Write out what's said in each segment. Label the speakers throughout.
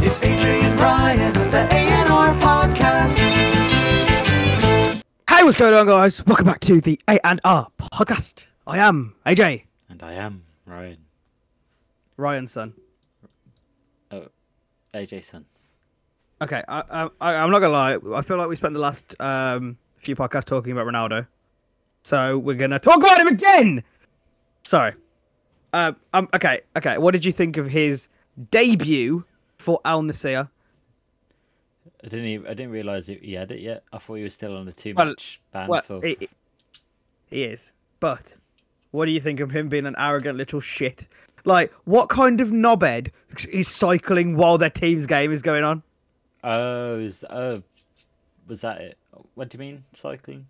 Speaker 1: It's AJ and Ryan on the A&R podcast.
Speaker 2: Hey, what's going on, guys? Welcome back to the A and R podcast. I am AJ
Speaker 3: And I am Ryan.
Speaker 2: Ryan's son.
Speaker 3: AJ son.
Speaker 2: Okay, I, I, I- I'm not gonna lie. I feel like we spent the last um, few podcasts talking about Ronaldo, so we're gonna talk about him again. Sorry. Um, um, okay, okay. What did you think of his debut for Al Nasir?
Speaker 3: I didn't even, I didn't realise he- he had it yet. I thought he was still on a two
Speaker 2: Well,
Speaker 3: match ban
Speaker 2: Well,
Speaker 3: for
Speaker 2: he, he is. But what do you think of him being an arrogant little shit? Like, what kind of knobhead is cycling while their team's game is going on?
Speaker 3: Oh is oh was that it? What do you mean? Cycling?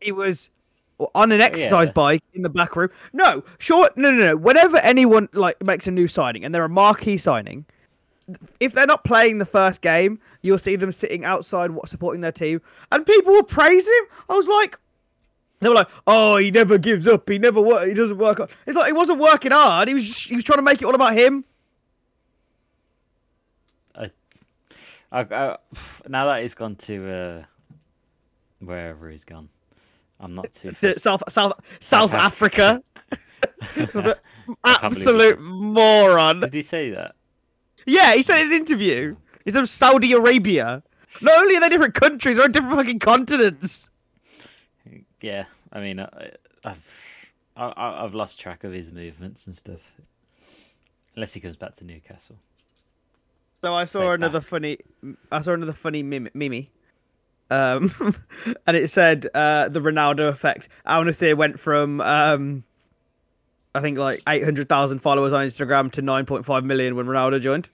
Speaker 2: he was on an exercise
Speaker 3: yeah.
Speaker 2: bike in the back room. No, sure, no, no, no. Whenever anyone like makes a new signing and they're a marquee signing, if they're not playing the first game, you'll see them sitting outside, wa- supporting their team, and people will praise him. I was like, they were like, "Oh, he never gives up. He never work. He doesn't work hard." It's like he wasn't working hard. He was just, he was trying to make it all about him.
Speaker 3: I, I, I now that he's gone to uh, wherever he's gone. I'm not too
Speaker 2: to
Speaker 3: fussed.
Speaker 2: South South South
Speaker 3: can't-
Speaker 2: Africa.
Speaker 3: I can't believe he
Speaker 2: Absolute moron.
Speaker 3: Did he say that?
Speaker 2: Yeah, he said in an interview. He's from Saudi Arabia. Not only are they different countries, they're on different fucking continents.
Speaker 3: Yeah. I mean I, I've I, I- I've lost track of his movements and stuff. Unless he comes back to Newcastle.
Speaker 2: So I saw
Speaker 3: Say
Speaker 2: another
Speaker 3: that.
Speaker 2: funny, I saw another funny meme, meme. um, and it said uh, the Ronaldo effect. Al Nassr went from um, I think like eight hundred thousand followers on Instagram to nine point five million when Ronaldo joined,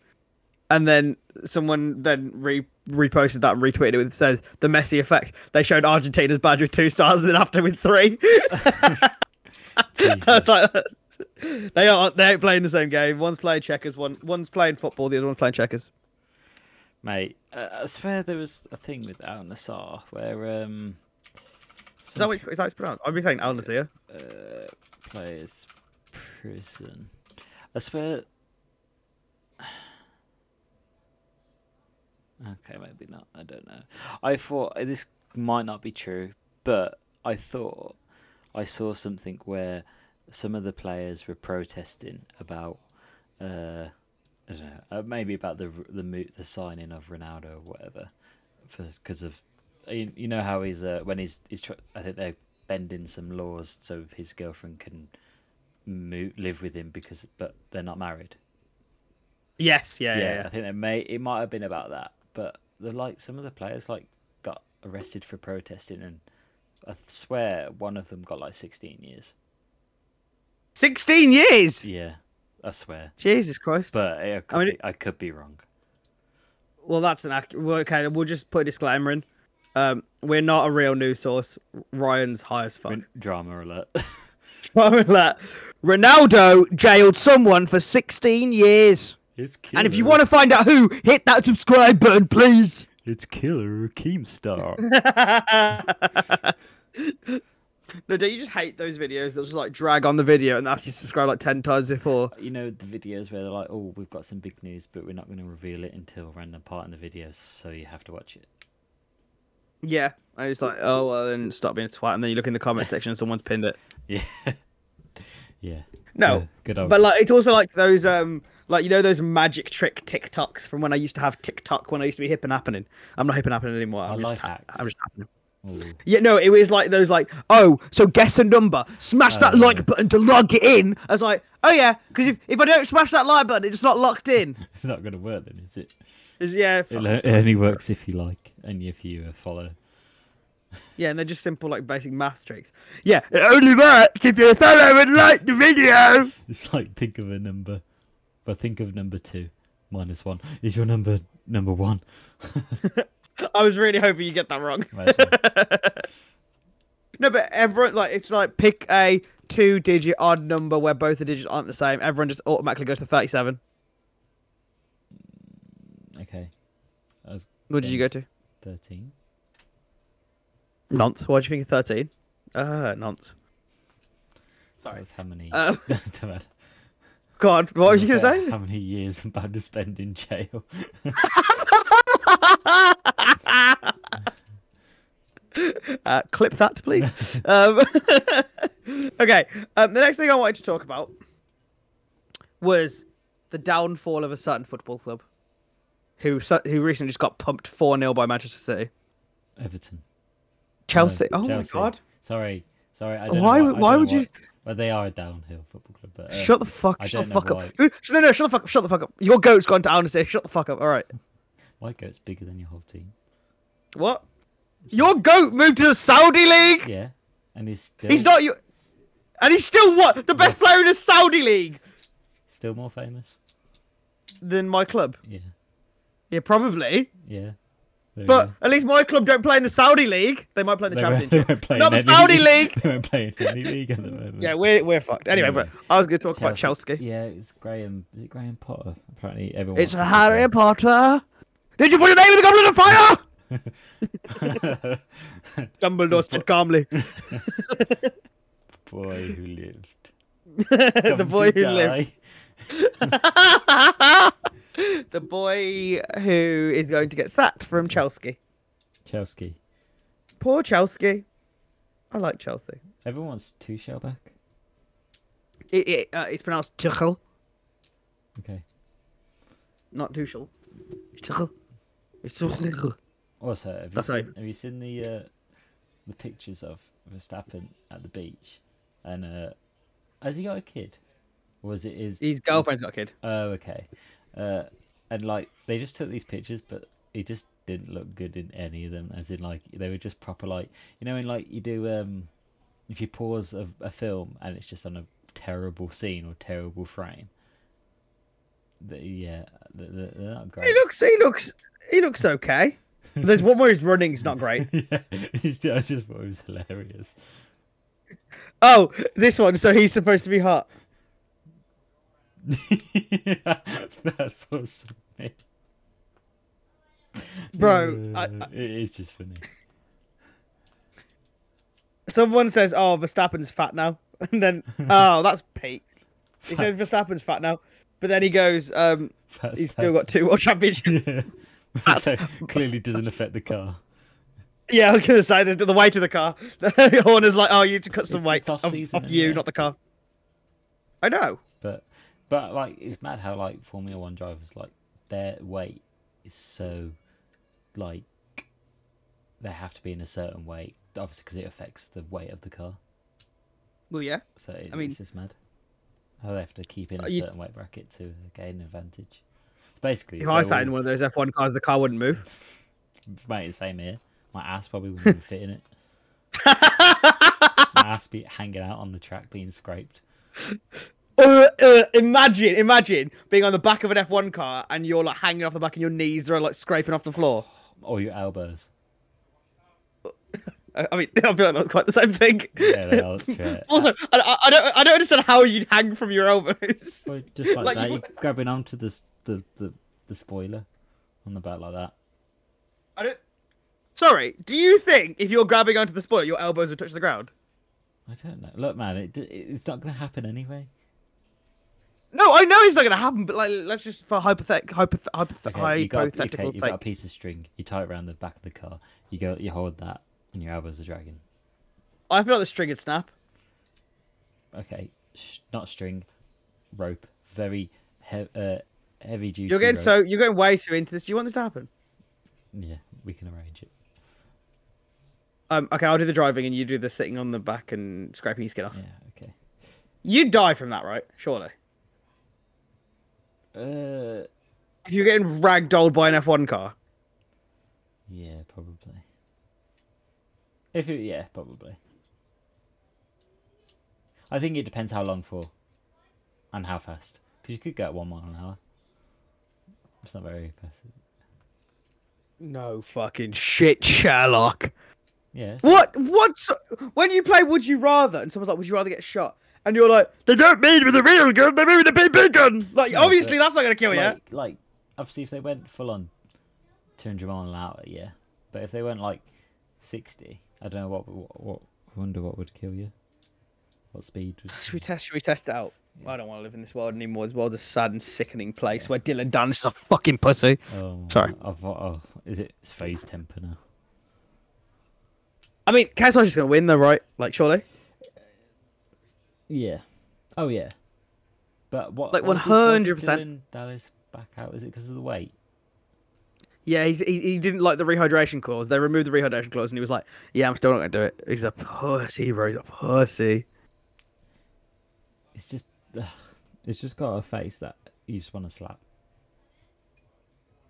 Speaker 2: and then someone then re- reposted that and retweeted it with says the Messi effect. They showed Argentina's badge with two stars and then after with three.
Speaker 3: Jesus.
Speaker 2: It's like- they aren't they ain't playing the same game. One's playing checkers, one one's playing football, the other one's playing checkers.
Speaker 3: Mate, uh, I swear there was a thing with Al Nassar where um,
Speaker 2: Is that
Speaker 3: some
Speaker 2: what it's, is that what it's pronounced? I'll be saying Al Nasir.
Speaker 3: players prison. I swear. Okay, maybe not. I don't know. I thought uh, this might not be true, but I thought I saw something where some of the players were protesting about, uh, I don't know, uh, maybe about the the mo- the signing of Ronaldo or whatever, because of you, you know how he's uh, when he's he's tr- I think they're bending some laws so his girlfriend can mo- live with him because but they're not married.
Speaker 2: Yes, yeah,
Speaker 3: I think they may it might have been about that, but the like some of the players like got arrested for protesting and I swear one of them got like 16 years.
Speaker 2: Sixteen years.
Speaker 3: Yeah, I swear.
Speaker 2: Jesus Christ.
Speaker 3: But I could,
Speaker 2: mean,
Speaker 3: be, I could be wrong.
Speaker 2: well, that's an ac- well, okay. We'll just put a disclaimer in. Um, we're not a real news source. Ryan's high as fuck.
Speaker 3: Drama alert.
Speaker 2: Ronaldo jailed someone for sixteen years.
Speaker 3: it's killer.
Speaker 2: And if you want to find out who, hit that subscribe button, please.
Speaker 3: it's killer Keemstar.
Speaker 2: No, don't you just hate those videos that just like drag on the video and that's you subscribe like ten times before?
Speaker 3: you know the videos where they're like, "Oh, we've got some big news, but we're not going to reveal it until random part in the video, so you have to watch it."
Speaker 2: Yeah. And it's like, oh well then stop being a twat and then you look in the comment section and someone's pinned it.
Speaker 3: Yeah, yeah.
Speaker 2: No.
Speaker 3: Good- good old.
Speaker 2: But like it's also like those um like you know those magic trick TikToks from when I used to have TikTok when I used to be hip and happening. I'm not hip and happening anymore. I'm just
Speaker 3: life
Speaker 2: ha-
Speaker 3: hacks.
Speaker 2: I'm just happening.
Speaker 3: Ooh.
Speaker 2: Yeah, no, it was like those like, oh, so guess a number, smash that
Speaker 3: Oh,
Speaker 2: like
Speaker 3: yeah.
Speaker 2: button to log it in. I was like, oh yeah, because if, if I don't smash that like button, it's not locked in.
Speaker 3: It's not going to work then, is it?
Speaker 2: 'Cause, yeah,
Speaker 3: It lo- it only works if you like and if you uh, follow.
Speaker 2: Yeah, and they're just simple, like basic math tricks. Yeah, it only works if you follow and like the video.
Speaker 3: It's like think of a number, but think of number two minus one. Is your number number one?
Speaker 2: I was really hoping you get that wrong.
Speaker 3: Imagine.
Speaker 2: No, but everyone like it's like pick a two-digit odd number where both the digits aren't the same. Everyone just automatically goes to thirty-seven.
Speaker 3: okay. I was
Speaker 2: What did you go to?
Speaker 3: Thirteen.
Speaker 2: Nonce. Why do you think of thirteen? Ah, nonce.
Speaker 3: Sorry. That's how many?
Speaker 2: Uh,
Speaker 3: Don't matter.
Speaker 2: God, what were you gonna say?
Speaker 3: How many years I'm about to spend in jail?
Speaker 2: Uh, clip that, please. um, okay. Um, the next thing I wanted to talk about was the downfall of a certain football club, who su- who recently just got pumped four 0 by Manchester City,
Speaker 3: Everton. No,
Speaker 2: Chelsea. oh
Speaker 3: Chelsea.
Speaker 2: my God!
Speaker 3: Sorry, sorry. I don't
Speaker 2: Why
Speaker 3: Know
Speaker 2: would-
Speaker 3: I
Speaker 2: why
Speaker 3: don't
Speaker 2: would
Speaker 3: know
Speaker 2: you-
Speaker 3: Well, they are a downhill football club. But, uh,
Speaker 2: shut the fuck!
Speaker 3: I
Speaker 2: Shut
Speaker 3: don't
Speaker 2: the
Speaker 3: know
Speaker 2: fuck up! No, no, shut the fuck up! Shut the fuck up! Your goat's gone to Alan Say, Shut the fuck up! All right.
Speaker 3: My goat's bigger than your whole team.
Speaker 2: What? Your goat moved to the Saudi league.
Speaker 3: Yeah, and he's still
Speaker 2: He's not you. And he's still what? The best player in the Saudi league
Speaker 3: still more famous.
Speaker 2: than my club.
Speaker 3: Yeah,
Speaker 2: Yeah, probably.
Speaker 3: yeah. There we
Speaker 2: But
Speaker 3: go.
Speaker 2: at least my club don't play in the Saudi league. They might play in the
Speaker 3: They won't- they
Speaker 2: Championship.
Speaker 3: won't play
Speaker 2: Not
Speaker 3: in
Speaker 2: the
Speaker 3: any
Speaker 2: Saudi league.
Speaker 3: they won't play in any league at the moment.
Speaker 2: Yeah, we're we're fucked. Anyway,
Speaker 3: Anyway.
Speaker 2: but I was going to talk about Chelsea.
Speaker 3: Yeah, it's Graham. Is it Graham Potter? Apparently, everyone.
Speaker 2: It's
Speaker 3: wants to
Speaker 2: Harry
Speaker 3: pick
Speaker 2: Potter. Did you put your name in the goblet of fire?
Speaker 3: a
Speaker 2: Dumbledore said calmly.
Speaker 3: boy who lived.
Speaker 2: the
Speaker 3: Come
Speaker 2: boy
Speaker 3: to
Speaker 2: who lived.
Speaker 3: die.
Speaker 2: The boy who is going to get sacked from Chelsea.
Speaker 3: Chelsea.
Speaker 2: Poor Chelsea. I like Chelsea.
Speaker 3: Everyone wants two shell back.
Speaker 2: It, it, uh, it's pronounced Tuchel,
Speaker 3: Okay.
Speaker 2: not Tuchel. Tuchel. It's Tuchel.
Speaker 3: Also, have you,
Speaker 2: That's
Speaker 3: seen,
Speaker 2: right.
Speaker 3: have you seen the uh, the pictures of Verstappen at the beach? And uh, has he got a kid? Or is it his?
Speaker 2: His girlfriend's got a kid.
Speaker 3: Oh, okay. Uh, and like they just took these pictures, but he just didn't look good in any of them. As in, like they were just proper like you know, in like you do um, if you pause a, a film and it's just on a terrible scene or terrible frame. The, yeah, the, the, they're not great.
Speaker 2: He looks. He looks. He looks okay. There's one where he's running. He's not great.
Speaker 3: yeah, it's ju- I just thought it was hilarious.
Speaker 2: Oh, this one. So he's supposed to be hot.
Speaker 3: that's awesome. mate.
Speaker 2: Bro, I,
Speaker 3: Uh,
Speaker 2: I-
Speaker 3: it is just funny.
Speaker 2: someone says, "Oh, Verstappen's fat now," and then, "Oh, that's peak." He said
Speaker 3: Fats-
Speaker 2: Verstappen's fat now, but then he goes, um,
Speaker 3: fats
Speaker 2: "He's still got two world championships."
Speaker 3: Yeah. so clearly doesn't affect the car.
Speaker 2: yeah, I was gonna say the, the weight of the car. The Horner's like, "Oh, you need to cut some
Speaker 3: It-
Speaker 2: weight
Speaker 3: it's
Speaker 2: off,
Speaker 3: off-season
Speaker 2: off you,
Speaker 3: anyway.
Speaker 2: not the car." I know.
Speaker 3: But but like it's mad how like Formula One drivers like their weight is so like they have to be in a certain weight, obviously because it affects the weight of the car.
Speaker 2: Well, yeah.
Speaker 3: So it,
Speaker 2: mean-
Speaker 3: it's just mad. How they have to keep in a
Speaker 2: Uh, you-
Speaker 3: certain weight bracket to gain an advantage. It's basically
Speaker 2: If
Speaker 3: if
Speaker 2: I
Speaker 3: they
Speaker 2: sat in
Speaker 3: all-
Speaker 2: one of those F1 cars, the car wouldn't move.
Speaker 3: mate, the same here. My ass probably wouldn't even fit in it. My ass be hanging out on the track, being scraped.
Speaker 2: Uh, uh, imagine, imagine being on the back of an F1 car and you're like hanging off the back and your knees are like scraping off the floor.
Speaker 3: Or your elbows.
Speaker 2: Uh, I I mean, I feel like that's quite the same thing.
Speaker 3: Yeah, they are. literally-
Speaker 2: Also, I, I I don't, I don't understand how you'd hang from your elbows.
Speaker 3: Well, just like,
Speaker 2: Like,
Speaker 3: that,
Speaker 2: you
Speaker 3: you grabbing onto the, s- the the the spoiler on the back like that.
Speaker 2: I don't. Sorry, do you think if you're grabbing onto the spoiler, your elbows would touch the ground?
Speaker 3: I don't know. Look, man, it, d- it's not gonna happen anyway.
Speaker 2: No, I know it's not going to happen, but like, let's just for hypothet- hypoth- hypoth-
Speaker 3: Okay, you got, a- okay,
Speaker 2: hypothetical
Speaker 3: you got a
Speaker 2: sake.
Speaker 3: piece of string. You tie it around the back of the car. You go, you hold that, and your elbows are dragging.
Speaker 2: I feel like the string would snap.
Speaker 3: Okay, sh- not string, rope. Very he- uh, heavy duty.
Speaker 2: You're getting
Speaker 3: rope.
Speaker 2: so, you're going way too into this. Do you want this to happen?
Speaker 3: Yeah, we can arrange it.
Speaker 2: Um, okay, I'll do the driving and you do the sitting on the back and scraping your skin off.
Speaker 3: Yeah, okay.
Speaker 2: You'd die from that, right? Surely.
Speaker 3: Uh,
Speaker 2: If you're getting ragdolled by an F1 car.
Speaker 3: yeah, probably. If it, yeah, probably. I think it depends how long for, and how fast. Because you could go at one mile an hour. It's not very fast. is it?
Speaker 2: No fucking shit, Sherlock.
Speaker 3: Yeah. it's-
Speaker 2: What? What? so- When you play Would You Rather, and someone's like, Would you rather get shot? And you're like, They don't mean with the real gun, they mean with the BB gun. Like,
Speaker 3: Yeah,
Speaker 2: obviously,
Speaker 3: but,
Speaker 2: that's not gonna kill you.
Speaker 3: Like, like, obviously, if they went full on, two hundred mile an hour, yeah. But if they went like sixty, I don't know what. What? what I wonder what would kill you. What speed? Would,
Speaker 2: Should we test? Should we test it out? I don't want to live in this world anymore. This world's a sad and sickening place where Dylan Dan is a fucking pussy.
Speaker 3: Oh,
Speaker 2: Sorry.
Speaker 3: I've, oh, is it it's phase temper now?
Speaker 2: I mean, Kaiser's just gonna win though, right? Like, surely,
Speaker 3: Yeah. Oh yeah. But what?
Speaker 2: Like,
Speaker 3: what did- what did
Speaker 2: 100%.
Speaker 3: Dylan Dallas back out. Is it because of the weight?
Speaker 2: yeah. He's, he he didn't like the rehydration clause. They removed the rehydration clause, and he was like, "Yeah, I'm still not gonna do it." He's a pussy, bro. He's a pussy.
Speaker 3: It's just. Ugh, it's just got a face that you just want to slap.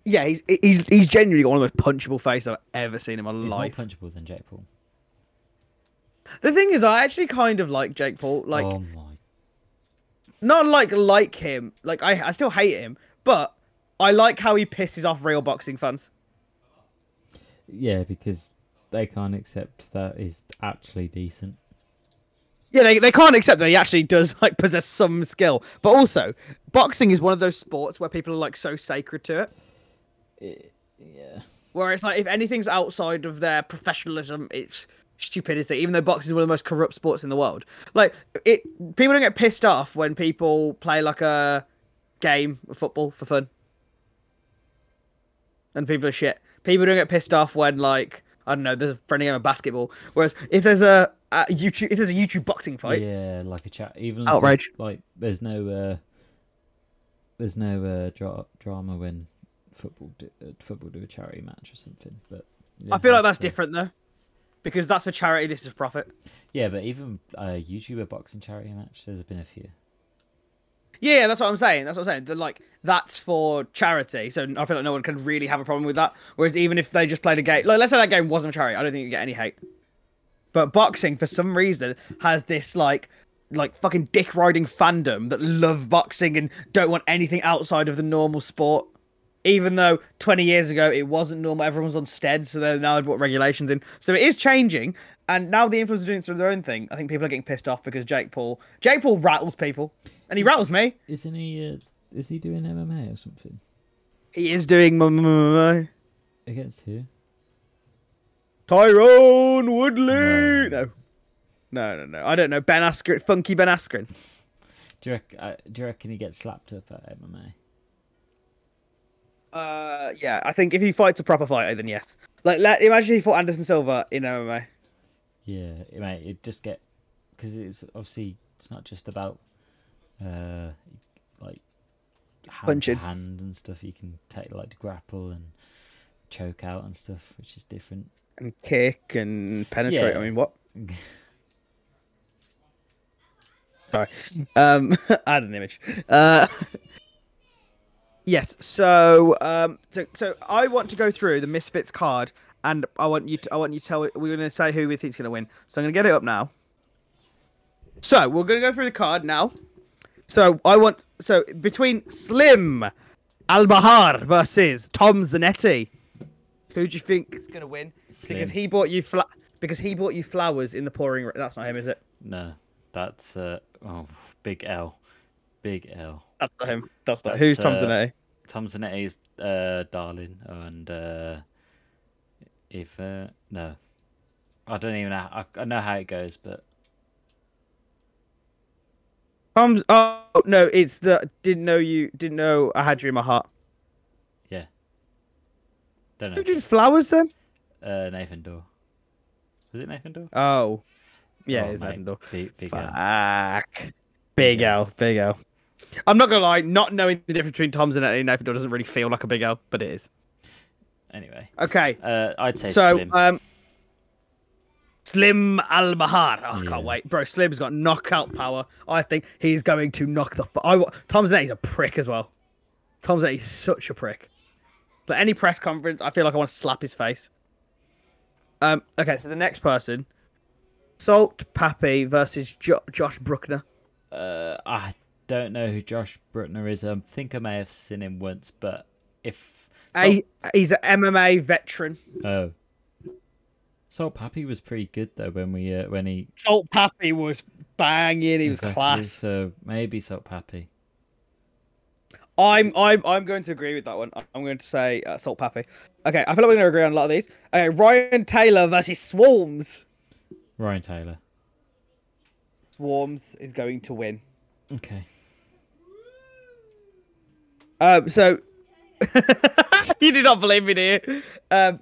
Speaker 2: Yeah, he's he's he's genuinely got one of the most punchable faces I've ever seen in my
Speaker 3: He's
Speaker 2: life.
Speaker 3: more punchable than Jake Paul.
Speaker 2: The thing is, I actually kind of like Jake Paul. Like,
Speaker 3: oh my.
Speaker 2: not like like him. Like, I I still hate him, but I like how he pisses off real boxing fans.
Speaker 3: Yeah, because they can't accept that he's actually decent.
Speaker 2: Yeah, they, they can't accept that he actually does like possess some skill. But also, boxing is one of those sports where people are like so sacred to it.
Speaker 3: Yeah.
Speaker 2: Where it's like if anything's outside of their professionalism, it's stupidity. Even though boxing is one of the most corrupt sports in the world, like it, people don't get pissed off when people play like a game of football for fun, and people are shit. People don't get pissed off when like I don't know, there's a friendly game of basketball. Whereas if there's a, a YouTube, if there's a YouTube boxing fight,
Speaker 3: Yeah, like a chat. Even if
Speaker 2: Outrage.
Speaker 3: it's, Like there's no. uh There's no uh, dra- drama when football do, uh, football do a charity match or something. But yeah,
Speaker 2: I feel like that's
Speaker 3: the-
Speaker 2: different though, because that's for charity. This is profit.
Speaker 3: Yeah, but even uh, YouTuber boxing charity match, there's been a few.
Speaker 2: Yeah, yeah, that's what I'm saying. That's what I'm saying. They're like that's for charity, so I feel like no one can really have a problem with that. Whereas even if they just played a game, like let's say that game wasn't for charity, I don't think you get any hate. But boxing, for some reason, has this like, like fucking dick riding fandom that love boxing and don't want anything outside of the normal sport. Even though 20 years ago it wasn't normal, everyone's on steads, so they now they brought regulations in. So it is changing, and now the influencers are doing sort of their own thing. I think people are getting pissed off because Jake Paul, Jake Paul rattles people, and he rattles me.
Speaker 3: Isn't he? Uh, is he doing MMA or something
Speaker 2: He is doing MMA.
Speaker 3: against who?
Speaker 2: Tyrone Woodley.
Speaker 3: No.
Speaker 2: No. No, no, no. I don't know. Ben Askren, funky Ben Askren.
Speaker 3: Do you, reckon, uh, do you reckon he gets slapped up at MMA?
Speaker 2: Uh, yeah. I think if he fights a proper fighter, then yes. Like, let, imagine he fought Anderson Silva in MMA.
Speaker 3: Yeah, it might. It just get because it's obviously it's not just about uh like hand
Speaker 2: Punching.
Speaker 3: to hand and stuff. You can take like grapple and choke out and stuff, which is different.
Speaker 2: and kick and penetrate.
Speaker 3: Yeah.
Speaker 2: I mean, what? Sorry, um, I had an image. Uh, yes. So, um, so, so I want to go through the Misfits card, and I want you. To, I want you to tell. We're going to say who we think's going to win. So I'm going to get it up now. So we're going to go through the card now. So I want. So between Slim Al Bahar versus Tom Zanetti. Who do you think is gonna win?
Speaker 3: Slim.
Speaker 2: Because he bought you fla- because he bought you flowers in the pouring. Ra- That's not him, is it?
Speaker 3: No, that's uh oh big L, big L.
Speaker 2: That's not him. That's not.
Speaker 3: That's,
Speaker 2: Who's Tom
Speaker 3: uh,
Speaker 2: Zanetti?
Speaker 3: Tom Zanetti is uh darling and uh if uh no, I don't even know. I, I know how it goes, but
Speaker 2: Tom's. Oh no, it's the. Didn't know you. Didn't know I had you in my heart.
Speaker 3: yeah,
Speaker 2: Who
Speaker 3: don't know.
Speaker 2: did flowers then?
Speaker 3: Uh, Nathan Dorr. Was it Nathan Dorr?
Speaker 2: Oh, yeah,
Speaker 3: Oh,
Speaker 2: it's
Speaker 3: mate,
Speaker 2: Nathan Door.
Speaker 3: Big, big L.
Speaker 2: Fuck. Big L. Big L. I'm not gonna lie. Not knowing the difference between Tom Zanetti and Nathan Door doesn't really feel like a big L, but it is.
Speaker 3: Anyway,
Speaker 2: Okay.
Speaker 3: uh, I'd say
Speaker 2: so
Speaker 3: Slim.
Speaker 2: um Slim Al Mahar. Oh, I
Speaker 3: Yeah.
Speaker 2: can't wait, bro. Slim's got knockout power. I think he's going to knock the. Fu- I wa- Tom Zanetti's a prick as well. Tom Zanetti's such a prick. Like any press conference, I feel like I want to slap his face. Um. Okay, so the next person, Salt Pappy versus jo- Josh Bruckner.
Speaker 3: uh, I don't know who Josh Bruckner is. I think I may have seen him once, but if
Speaker 2: A, he's an MMA veteran.
Speaker 3: Salt- oh, Salt Pappy was pretty good though when we uh, when he
Speaker 2: Salt Pappy was banging. He was
Speaker 3: exactly,
Speaker 2: class.
Speaker 3: So maybe Salt Pappy.
Speaker 2: I'm I'm I'm going to agree with that one. I'm going to say uh, Salt Pappy. Okay, I feel like we're going to agree on a lot of these. Okay, Ryan Taylor versus Swarms.
Speaker 3: Ryan Taylor.
Speaker 2: Swarms is going to win.
Speaker 3: Okay.
Speaker 2: Um, so you do not believe me, do you? Um,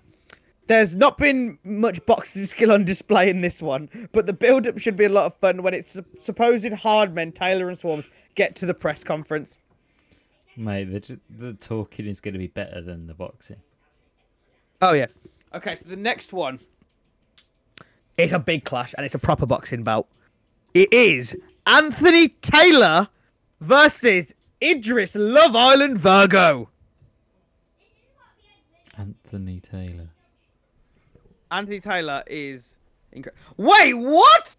Speaker 2: there's not been much boxing skill on display in this one, but the build-up should be a lot of fun when its sup- supposed hard men Taylor and Swarms get to the press conference.
Speaker 3: Mate, the, j- the talking is going to be better than the boxing.
Speaker 2: Oh yeah. Okay, so the next one is a big clash, and it's a proper boxing bout. It is Anthony Taylor versus Idris Love Island Virgo.
Speaker 3: Anthony Taylor.
Speaker 2: Anthony Taylor is incredible. Wait, what?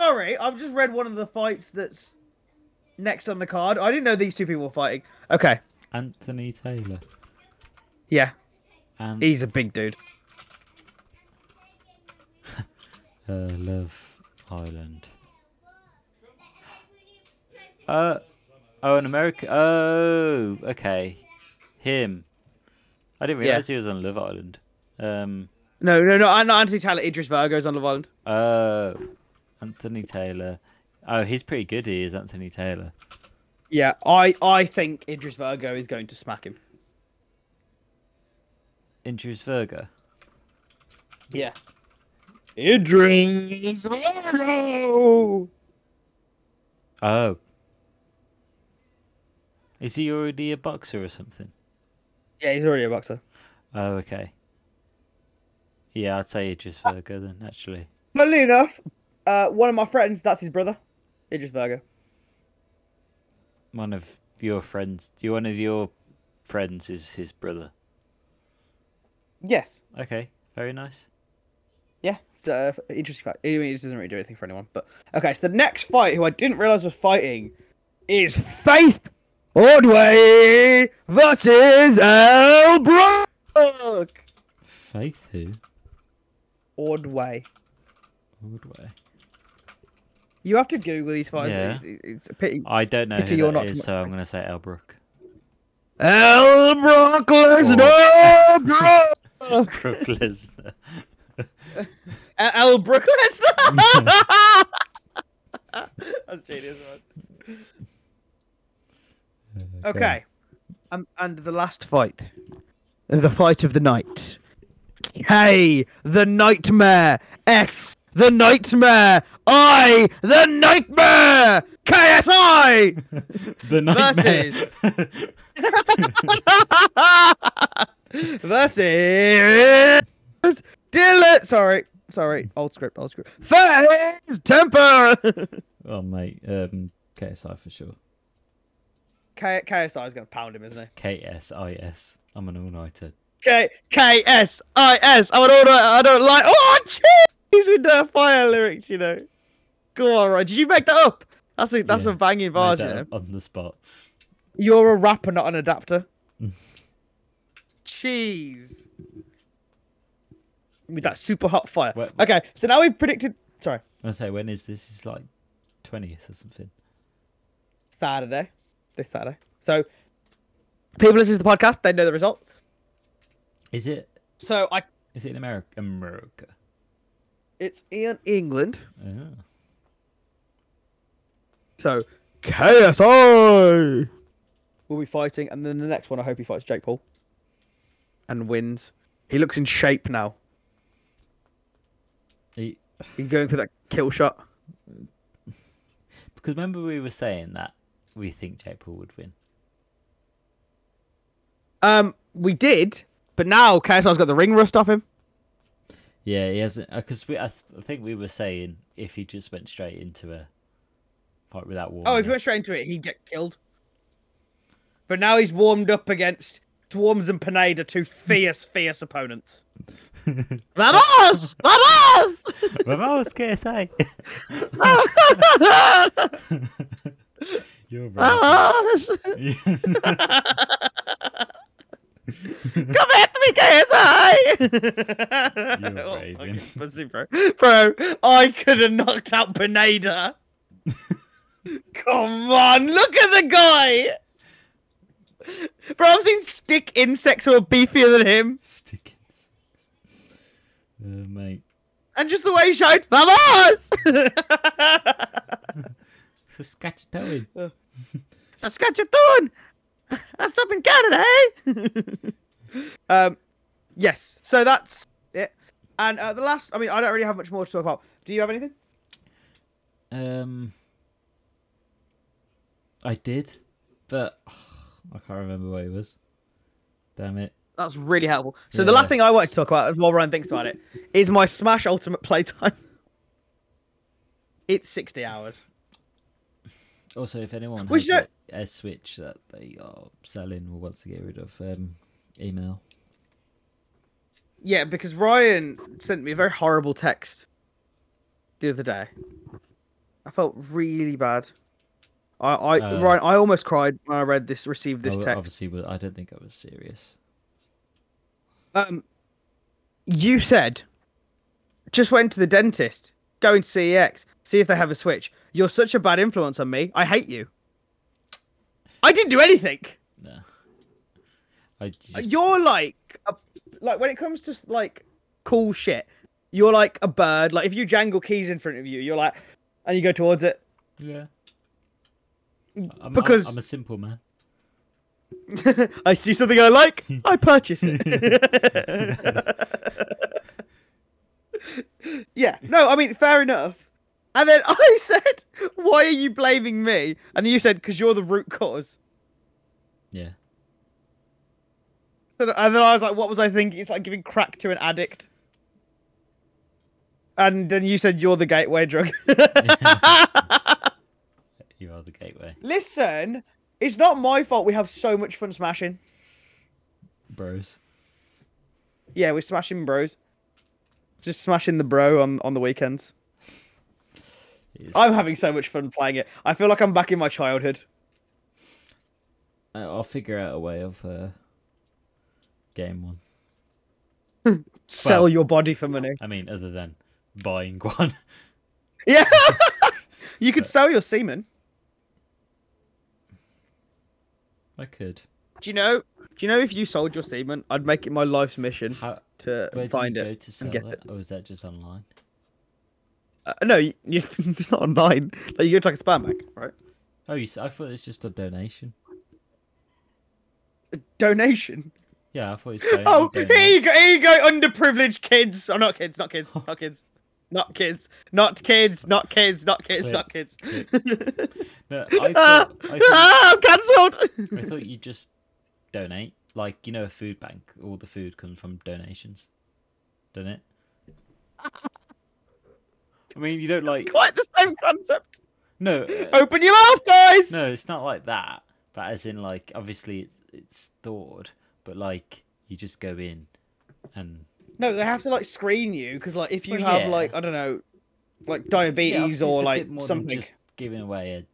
Speaker 2: Sorry, I've just read one of the fights that's next on the card. I didn't know these two people were fighting. Okay,
Speaker 3: Anthony Taylor.
Speaker 2: yeah,
Speaker 3: And
Speaker 2: he's a big dude.
Speaker 3: uh, Love Island. Uh, oh, an American. Oh, okay. Him. I didn't
Speaker 2: Yeah.
Speaker 3: realize he was on Love Island. Um.
Speaker 2: No, no, no, I- not Anthony Taylor. Idris Virgo's on Love Island.
Speaker 3: Oh, Anthony Taylor. Oh, he's pretty good. He is Anthony Taylor.
Speaker 2: Yeah, I, I think Idris Virgo is going to smack him.
Speaker 3: Injures Virgo.
Speaker 2: Yeah. Idris Virgo.
Speaker 3: Oh. Is he already a boxer or something?
Speaker 2: Yeah, he's already a boxer.
Speaker 3: Oh, okay. Yeah, I'd say Idris Virgo then, actually.
Speaker 2: Funnily enough, uh, one of my friends, that's his brother, Idris Virgo.
Speaker 3: One of your friends, you one of your friends is his brother.
Speaker 2: Yes.
Speaker 3: Okay, very nice.
Speaker 2: Yeah, it's, uh, interesting fact. I mean, it doesn't really do anything for anyone. But okay, so the next fight, who I didn't realize was fighting, is Faith Ordway versus El Brook.
Speaker 3: Faith who?
Speaker 2: Ordway.
Speaker 3: Ordway.
Speaker 2: You have to Google these fights.
Speaker 3: Yeah.
Speaker 2: It's, it's a pity.
Speaker 3: I don't know
Speaker 2: Pity
Speaker 3: who
Speaker 2: you're
Speaker 3: that
Speaker 2: not
Speaker 3: is,
Speaker 2: to-
Speaker 3: so I'm going to say Elbrook.
Speaker 2: El Brook Oh. Lesnar. Brook.
Speaker 3: Brook Lesnar.
Speaker 2: El Brook Lesnar. That's genius. Man. Okay. Um, and the last fight. The fight of the night. Hey, the nightmare. S, the nightmare. I, the nightmare. KSI.
Speaker 3: The nightmare.
Speaker 2: versus Dylan. Sorry, sorry. Old script, old script. Fez Temper.
Speaker 3: oh, mate. Um, KSI for sure.
Speaker 2: K- KSI is going to pound him, isn't he?
Speaker 3: KSIS. I'm an all nighter.
Speaker 2: K K S I S. I would order. I don't like. Oh, jeez, with the fire lyrics, you know. Go on, Ryan. Did you make that up? That's a that's
Speaker 3: Yeah,
Speaker 2: a banging bars, you know.
Speaker 3: on the spot.
Speaker 2: You're a rapper, not an adapter. Cheese. With that super hot fire.
Speaker 3: Wait, wait.
Speaker 2: Okay, so now we've predicted. Sorry,
Speaker 3: I say, when is this? It's like 20th or something.
Speaker 2: Saturday, this Saturday. So people listening to the podcast, they know the results.
Speaker 3: Is it?
Speaker 2: So I,
Speaker 3: Is it in America? America.
Speaker 2: it's in England.
Speaker 3: Oh.
Speaker 2: So KSI will be fighting, and then the next one I hope he fights Jake Paul and wins. He looks in shape now.
Speaker 3: He-
Speaker 2: He's going for that kill shot.
Speaker 3: Because remember we were saying that we think Jake Paul would win.
Speaker 2: Um, we did, but now KSI's got the ring rust off him.
Speaker 3: Yeah, he hasn't. Because we, I, th- I think we were saying if he just went straight into a fight without warning.
Speaker 2: Oh, if he went straight into it, he'd get killed. But now he's warmed up against Swarms and Pineda, two fierce, fierce opponents. Vamos! Vamos!
Speaker 3: Vamos, KSI. You're
Speaker 2: Ah.
Speaker 3: right.
Speaker 2: Vamos! Come at me, KSI!
Speaker 3: You're
Speaker 2: Oh,
Speaker 3: raving.
Speaker 2: fucking pussy, bro. Bro, I could have knocked out Pineda. Come on, look at the guy! Bro, I've seen stick insects who are beefier than him.
Speaker 3: Stick insects. Uh, mate.
Speaker 2: And just the way he shouts, Vamos!
Speaker 4: Saskatchewan.
Speaker 2: Saskatchewan. That's up in Canada, eh? um, yes. So that's it. And uh, the last, I mean, I don't really have much more to talk about. Do you have anything?
Speaker 3: Um, I did, but
Speaker 4: I can't remember what it was. Damn it.
Speaker 2: That's really helpful. So the
Speaker 3: Yeah.
Speaker 2: last thing I wanted to talk about, while Ryan thinks about it, is my Smash Ultimate playtime. It's sixty hours.
Speaker 3: also if anyone
Speaker 2: We
Speaker 3: has
Speaker 2: should-
Speaker 3: a, a Switch that they are selling or wants to get rid of, um, email.
Speaker 2: Yeah, because Ryan sent me a very horrible text the other day. I felt really bad. I, I
Speaker 3: Uh,
Speaker 2: Ryan, I almost cried when I read this, received this
Speaker 3: I,
Speaker 2: text.
Speaker 3: Obviously, but I don't think I was serious.
Speaker 2: Um, you said just went to the dentist, go into CEX, see if they have a switch. You're such a bad influence on me. I hate you. I didn't do anything.
Speaker 3: No. I just,
Speaker 2: You're like, a, like when it comes to like cool shit, you're like a bird. Like if you jangle keys in front of you, you're like, and you go towards it.
Speaker 3: yeah. I'm,
Speaker 2: because-
Speaker 3: I'm, a simple man.
Speaker 2: I see something I like, I purchase it. yeah, no, I mean, fair enough. And then I said, Why are you blaming me? And then you said, Because you're the root cause.
Speaker 3: Yeah.
Speaker 2: So, and then I was like, What was I thinking? It's like giving crack to an addict. And then you said, You're the gateway drug.
Speaker 3: You are the gateway,
Speaker 2: Listen, it's not my fault we have so much fun smashing.
Speaker 3: bros.
Speaker 2: Yeah, we're smashing bros. Just smashing the bro on, on the weekends.
Speaker 3: It is-
Speaker 2: I'm having so much fun playing it. I feel like I'm back in my childhood.
Speaker 3: I- I'll figure out a way of uh, game one.
Speaker 2: Sell
Speaker 3: Well-
Speaker 2: your body for money.
Speaker 3: I mean, other than buying one.
Speaker 2: Yeah. you could sell your semen.
Speaker 3: I could.
Speaker 2: Do you know? Do you know if you sold your semen, I'd make it my life's mission
Speaker 3: How?
Speaker 2: to
Speaker 3: Where
Speaker 2: find
Speaker 3: do you
Speaker 2: it
Speaker 3: go to sell
Speaker 2: and get
Speaker 3: that, or is that just online?
Speaker 2: Uh, no, you, you, it's not online. Like you go to like a spam bank, right?
Speaker 3: Oh, you, s- I thought it's just a donation.
Speaker 2: A donation.
Speaker 3: Yeah, I thought it's don-
Speaker 2: Oh,
Speaker 3: donate.
Speaker 2: here you go, here you go, underprivileged kids. Oh, not kids, not kids, not kids, not kids, not kids, not kids, not kids,
Speaker 3: Clip,
Speaker 2: not kids.
Speaker 3: No, I
Speaker 2: Ah,
Speaker 3: thought, I thought,
Speaker 2: ah, I'm cancelled.
Speaker 3: I thought you just donate, like you know, a food bank. All the food comes from donations, doesn't it? I mean, you don't like
Speaker 2: Quite the same concept.
Speaker 3: no, uh,
Speaker 2: Open your mouth, guys.
Speaker 3: no. It's not like that. But as in, like, obviously, it's it's stored, but like, you just go in, and
Speaker 2: No, they have to like screen you because like if you
Speaker 3: Well,
Speaker 2: have
Speaker 3: yeah.
Speaker 2: like I don't know, like
Speaker 3: Yeah,
Speaker 2: diabetes
Speaker 3: obviously,
Speaker 2: or
Speaker 3: it's a
Speaker 2: like
Speaker 3: bit more than
Speaker 2: something.
Speaker 3: just giving away a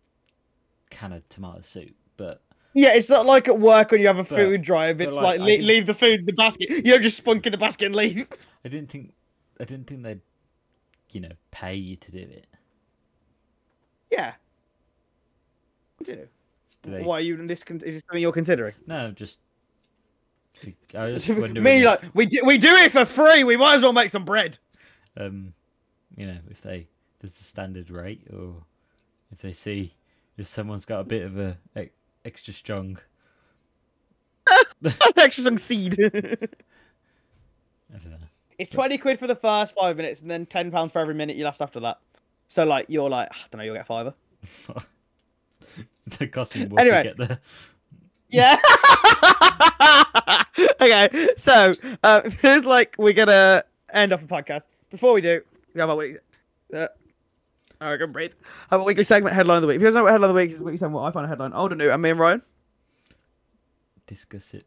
Speaker 3: can of tomato soup, but
Speaker 2: Yeah, it's not like at work when you have a
Speaker 3: But-
Speaker 2: food drive.
Speaker 3: but,
Speaker 2: It's like,
Speaker 3: like, I
Speaker 2: le-
Speaker 3: didn't-
Speaker 2: leave the food in the basket. You don't just spunk in the basket and leave.
Speaker 3: I didn't think I didn't think they'd you know pay you to do it.
Speaker 2: Yeah. I do.
Speaker 3: Do they?
Speaker 2: Why are you in this? Con- is this something you're considering?
Speaker 3: No, just I was just wondering.
Speaker 2: Me
Speaker 3: if,
Speaker 2: like we do, we do it for free. We might as well make some bread.
Speaker 3: um, you know, if they there's a standard rate, or if they see if someone's got a bit of a e- extra strong.
Speaker 2: Extra some seed.
Speaker 3: I don't know.
Speaker 2: it's twenty quid for the first five minutes, and then ten pounds for every minute you last after that. So like you're like "Ah, I don't know, you'll get a fiver.
Speaker 3: it cost me more
Speaker 2: Anyway.
Speaker 3: to get there.
Speaker 2: Yeah. okay, so uh, it feels like we're gonna end off the podcast. Before we do, we have our weekly. Uh, I can breathe. Have a weekly segment, headline of the week. If you guys know what headline of the week is, weekly segment. What I find a headline old and new, and me and Ryan
Speaker 3: Discuss it.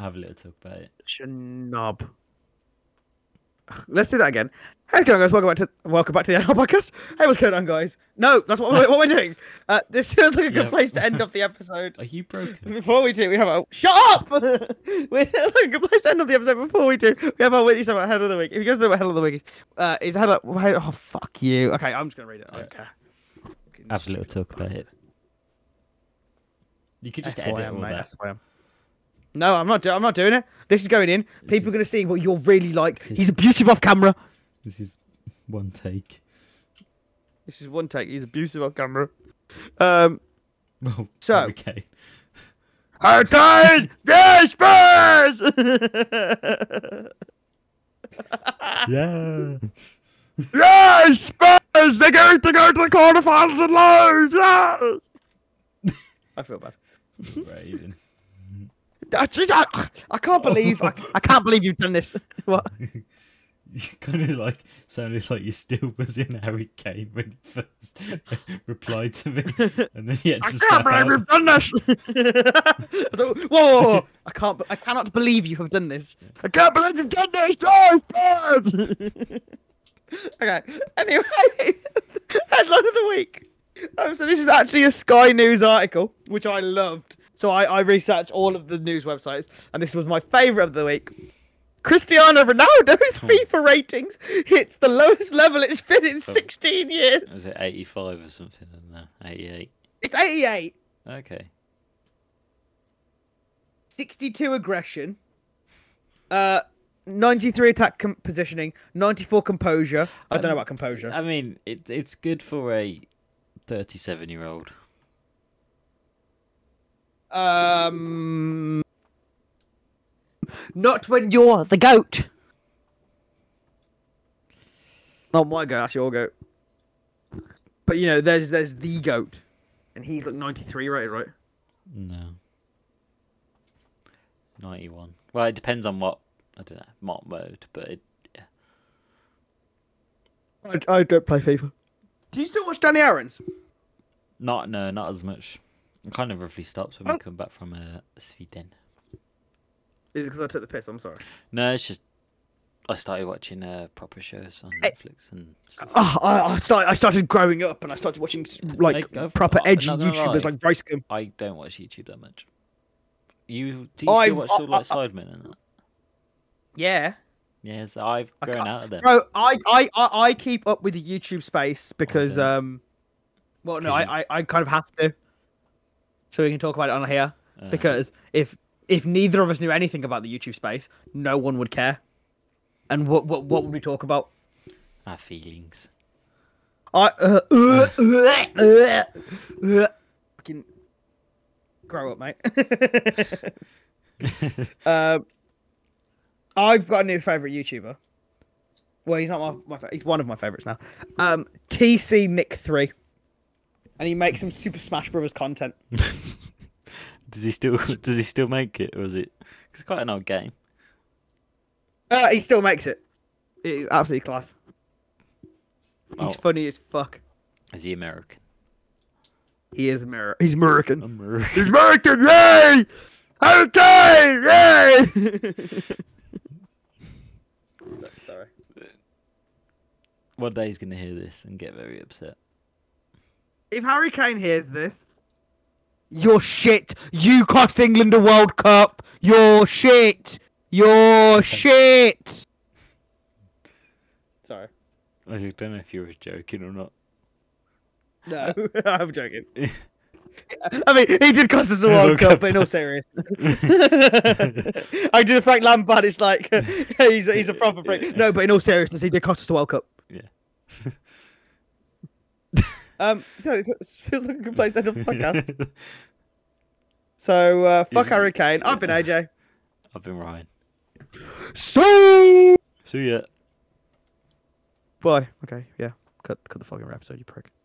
Speaker 3: Have a little talk about it.
Speaker 2: Schnob. Let's do that again. Hey, going on, guys? Welcome back to welcome back to the NR podcast. Hey, what's going on, guys? No, that's what we're, what we're doing. Uh, this feels like a good
Speaker 3: Yeah.
Speaker 2: place to end off the episode.
Speaker 3: Are you broken?
Speaker 2: Before we do, we have our shut up. We're a good place to end of the episode. Before we do, we have our weekly segment head of the week. If you guys know what head of the week is, uh, is head of oh fuck you. Okay, I'm just gonna read it. I don't care. Fucking
Speaker 3: Have a little
Speaker 2: stupid
Speaker 3: talk about it. You could just edit
Speaker 2: SYM,
Speaker 3: all
Speaker 2: mate,
Speaker 3: that.
Speaker 2: SYM. No, I'm not. Do- I'm not doing it. This is going in. People are
Speaker 3: is-
Speaker 2: gonna see what you're really like.
Speaker 3: is-
Speaker 2: He's abusive off camera.
Speaker 3: This is one take.
Speaker 2: This is one take. He's abusive on camera. Um,
Speaker 4: Well,
Speaker 2: So-
Speaker 4: okay.
Speaker 2: I tied the Spurs.
Speaker 4: Yeah.
Speaker 2: yes, Spurs. They're going to go to the quarterfinals and lose. Yes. I feel bad.
Speaker 4: Raven.
Speaker 2: I, just- I, I can't believe I, I can't believe you've done this. What?
Speaker 4: You kind of like sounded like you still was in Harry Kane when he first replied to me, and then he had
Speaker 2: I
Speaker 4: to snap
Speaker 2: can't believe
Speaker 4: out.
Speaker 2: you've done this. I was like, whoa, whoa, whoa. I can't. I cannot believe you have done this. I can't believe you've done this. No, Spurs. okay. Anyway, headline of the week. Um, so this is actually a Sky News article, which I loved. So I, I researched all of the news websites, and this was my favorite of the week. Cristiano Ronaldo's FIFA ratings hits the lowest level it's been
Speaker 4: Oh.
Speaker 2: in 16 years.
Speaker 3: Was it 85 or something? I don't know. 88.
Speaker 2: It's 88.
Speaker 3: Okay.
Speaker 2: 62 aggression, uh, 93 attack com- positioning, 94 composure. I don't know about composure.
Speaker 3: I mean, it, it's good for a 37 year old.
Speaker 2: Um, not when you're the goat. Not my goat, that's your goat. But you know, there's there's the goat, and he's like 93 rated, right?
Speaker 3: No. 91. Well, it depends on what, I don't know, what mode, but it, yeah.
Speaker 2: I, I don't play FIFA. Do you still watch Danny Aaron's?
Speaker 3: not, no, not as much. It kind of roughly stops when we
Speaker 2: Oh.
Speaker 3: come back from uh, Sweden.
Speaker 2: Is it because I took the piss? I'm sorry.
Speaker 3: No, it's just, I started watching uh, proper shows on
Speaker 2: Eh.
Speaker 3: Netflix and stuff.
Speaker 2: Oh, I, I, start, I started growing up and I started watching s- like,
Speaker 3: Like, I've-
Speaker 2: proper
Speaker 3: I'm
Speaker 2: edgy
Speaker 3: not gonna
Speaker 2: YouTubers
Speaker 3: lie.
Speaker 2: like Ricegum.
Speaker 3: I don't watch YouTube that much. You do you
Speaker 2: Oh, I've-
Speaker 3: still watch all like Sidemen and that?
Speaker 2: Yeah,
Speaker 3: Yes, I've grown out of them.
Speaker 2: bro, I, I, I, I keep up with the YouTube space because
Speaker 3: Okay.
Speaker 2: um, well, no,
Speaker 3: 'Cause you-
Speaker 2: I, I, I kind of have to, so we can talk about it on here
Speaker 3: Uh,
Speaker 2: because if if neither of us knew anything about the YouTube space, no one would care, and what what what would we talk about?
Speaker 3: our feelings.
Speaker 2: I uh, uh, uh, uh, uh, fucking grow up, mate. um, I've got a new favorite YouTuber. Well, he's not my, my fa- he's one of my favorites now. Um, TC Nick Three, and he makes some Super Smash Brothers content.
Speaker 3: Does he still does he still make it or is it? 'cause It's quite an old game.
Speaker 2: Uh, he still makes it. It's absolutely class. He's
Speaker 3: Oh.
Speaker 2: funny as fuck.
Speaker 3: Is he American?
Speaker 2: He is American. He's American.
Speaker 3: American.
Speaker 2: He's American, yay! Okay, yay! Sorry.
Speaker 3: One day he's gonna hear this and get very upset.
Speaker 2: If Harry Kane hears this, you're shit. You cost England a World Cup. You're shit. You're shit. Sorry.
Speaker 3: I don't know if you were joking or not.
Speaker 2: No, I'm joking. I mean, he did cost us a World
Speaker 3: World
Speaker 2: Cup,
Speaker 3: Cup.
Speaker 2: but in all seriousness. I do the Frank Lampard, it's like, he's, he's a proper prick. No, but in all seriousness, he did cost us a World Cup.
Speaker 3: Yeah.
Speaker 2: Um, so it feels like a good place to end a podcast. So, uh, fuck
Speaker 3: Isn't-
Speaker 2: Harry Kane. I've been AJ.
Speaker 3: I've been Ryan.
Speaker 2: So,
Speaker 3: See ya.
Speaker 2: bye. Okay, yeah. Cut, cut the fucking episode, you prick.